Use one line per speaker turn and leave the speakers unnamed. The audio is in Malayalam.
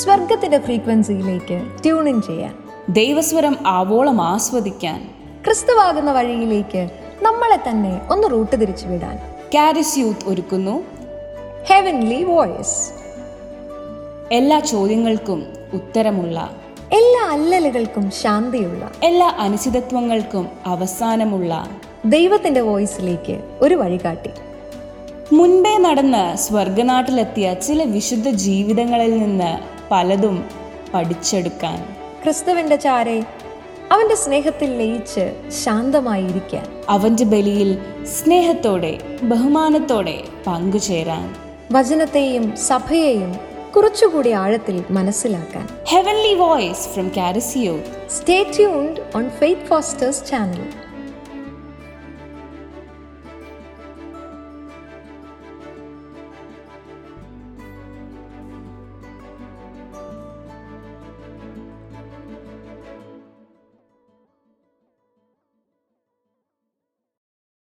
സ്വർഗത്തിന്റെ ഫ്രീക്വൻസിയിലേക്ക് ട്യൂണിൻ ചെയ്യാൻ
ദൈവസ്വരം ആവോളം ആസ്വദിക്കാൻ
ക്രിസ്തുവാകുന്ന വഴിയിലേക്ക് നമ്മളെ തന്നെ ഒന്ന് റൂട്ട് തിരിച്ചു വിടാൻ
കാരിസ് യൂത്ത് ഒരുക്കുന്നു
ഹെവൻലി വോയിസ്
എല്ലാ ചോദ്യങ്ങൾക്കും ഉത്തരമുള്ള
എല്ലാ അല്ലലുകൾക്കും ശാന്തിയുള്ള
എല്ലാ അനിശ്ചിതത്വങ്ങൾക്കും അവസാനമുള്ള
ദൈവത്തിന്റെ വോയിസിലേക്ക് ഒരു വഴികാട്ടി
മുൻപേ നടന്ന് സ്വർഗനാട്ടിലെത്തിയ ചില വിശുദ്ധ ജീവിതങ്ങളിൽ നിന്ന് പലതും പഠിച്ചെടുക്കാൻ
ക്രിസ്തുവിന്റെ ചാരെ അവന്റെ സ്നേഹത്തിൽ ലയിച്ച് ശാന്തമായി ഇരിക്കാൻ
അവൻ്റെ ബലിയിൽ സ്നേഹത്തോടെ ബഹുമാനത്തോടെ പങ്കുചേരാൻ
വചനത്തെയും സഭയെയും കുറച്ചുകൂടി ആഴത്തിൽ മനസ്സിലാക്കാൻ
heavenly voice from Charis Youth
stay tuned on Faith Fosters channel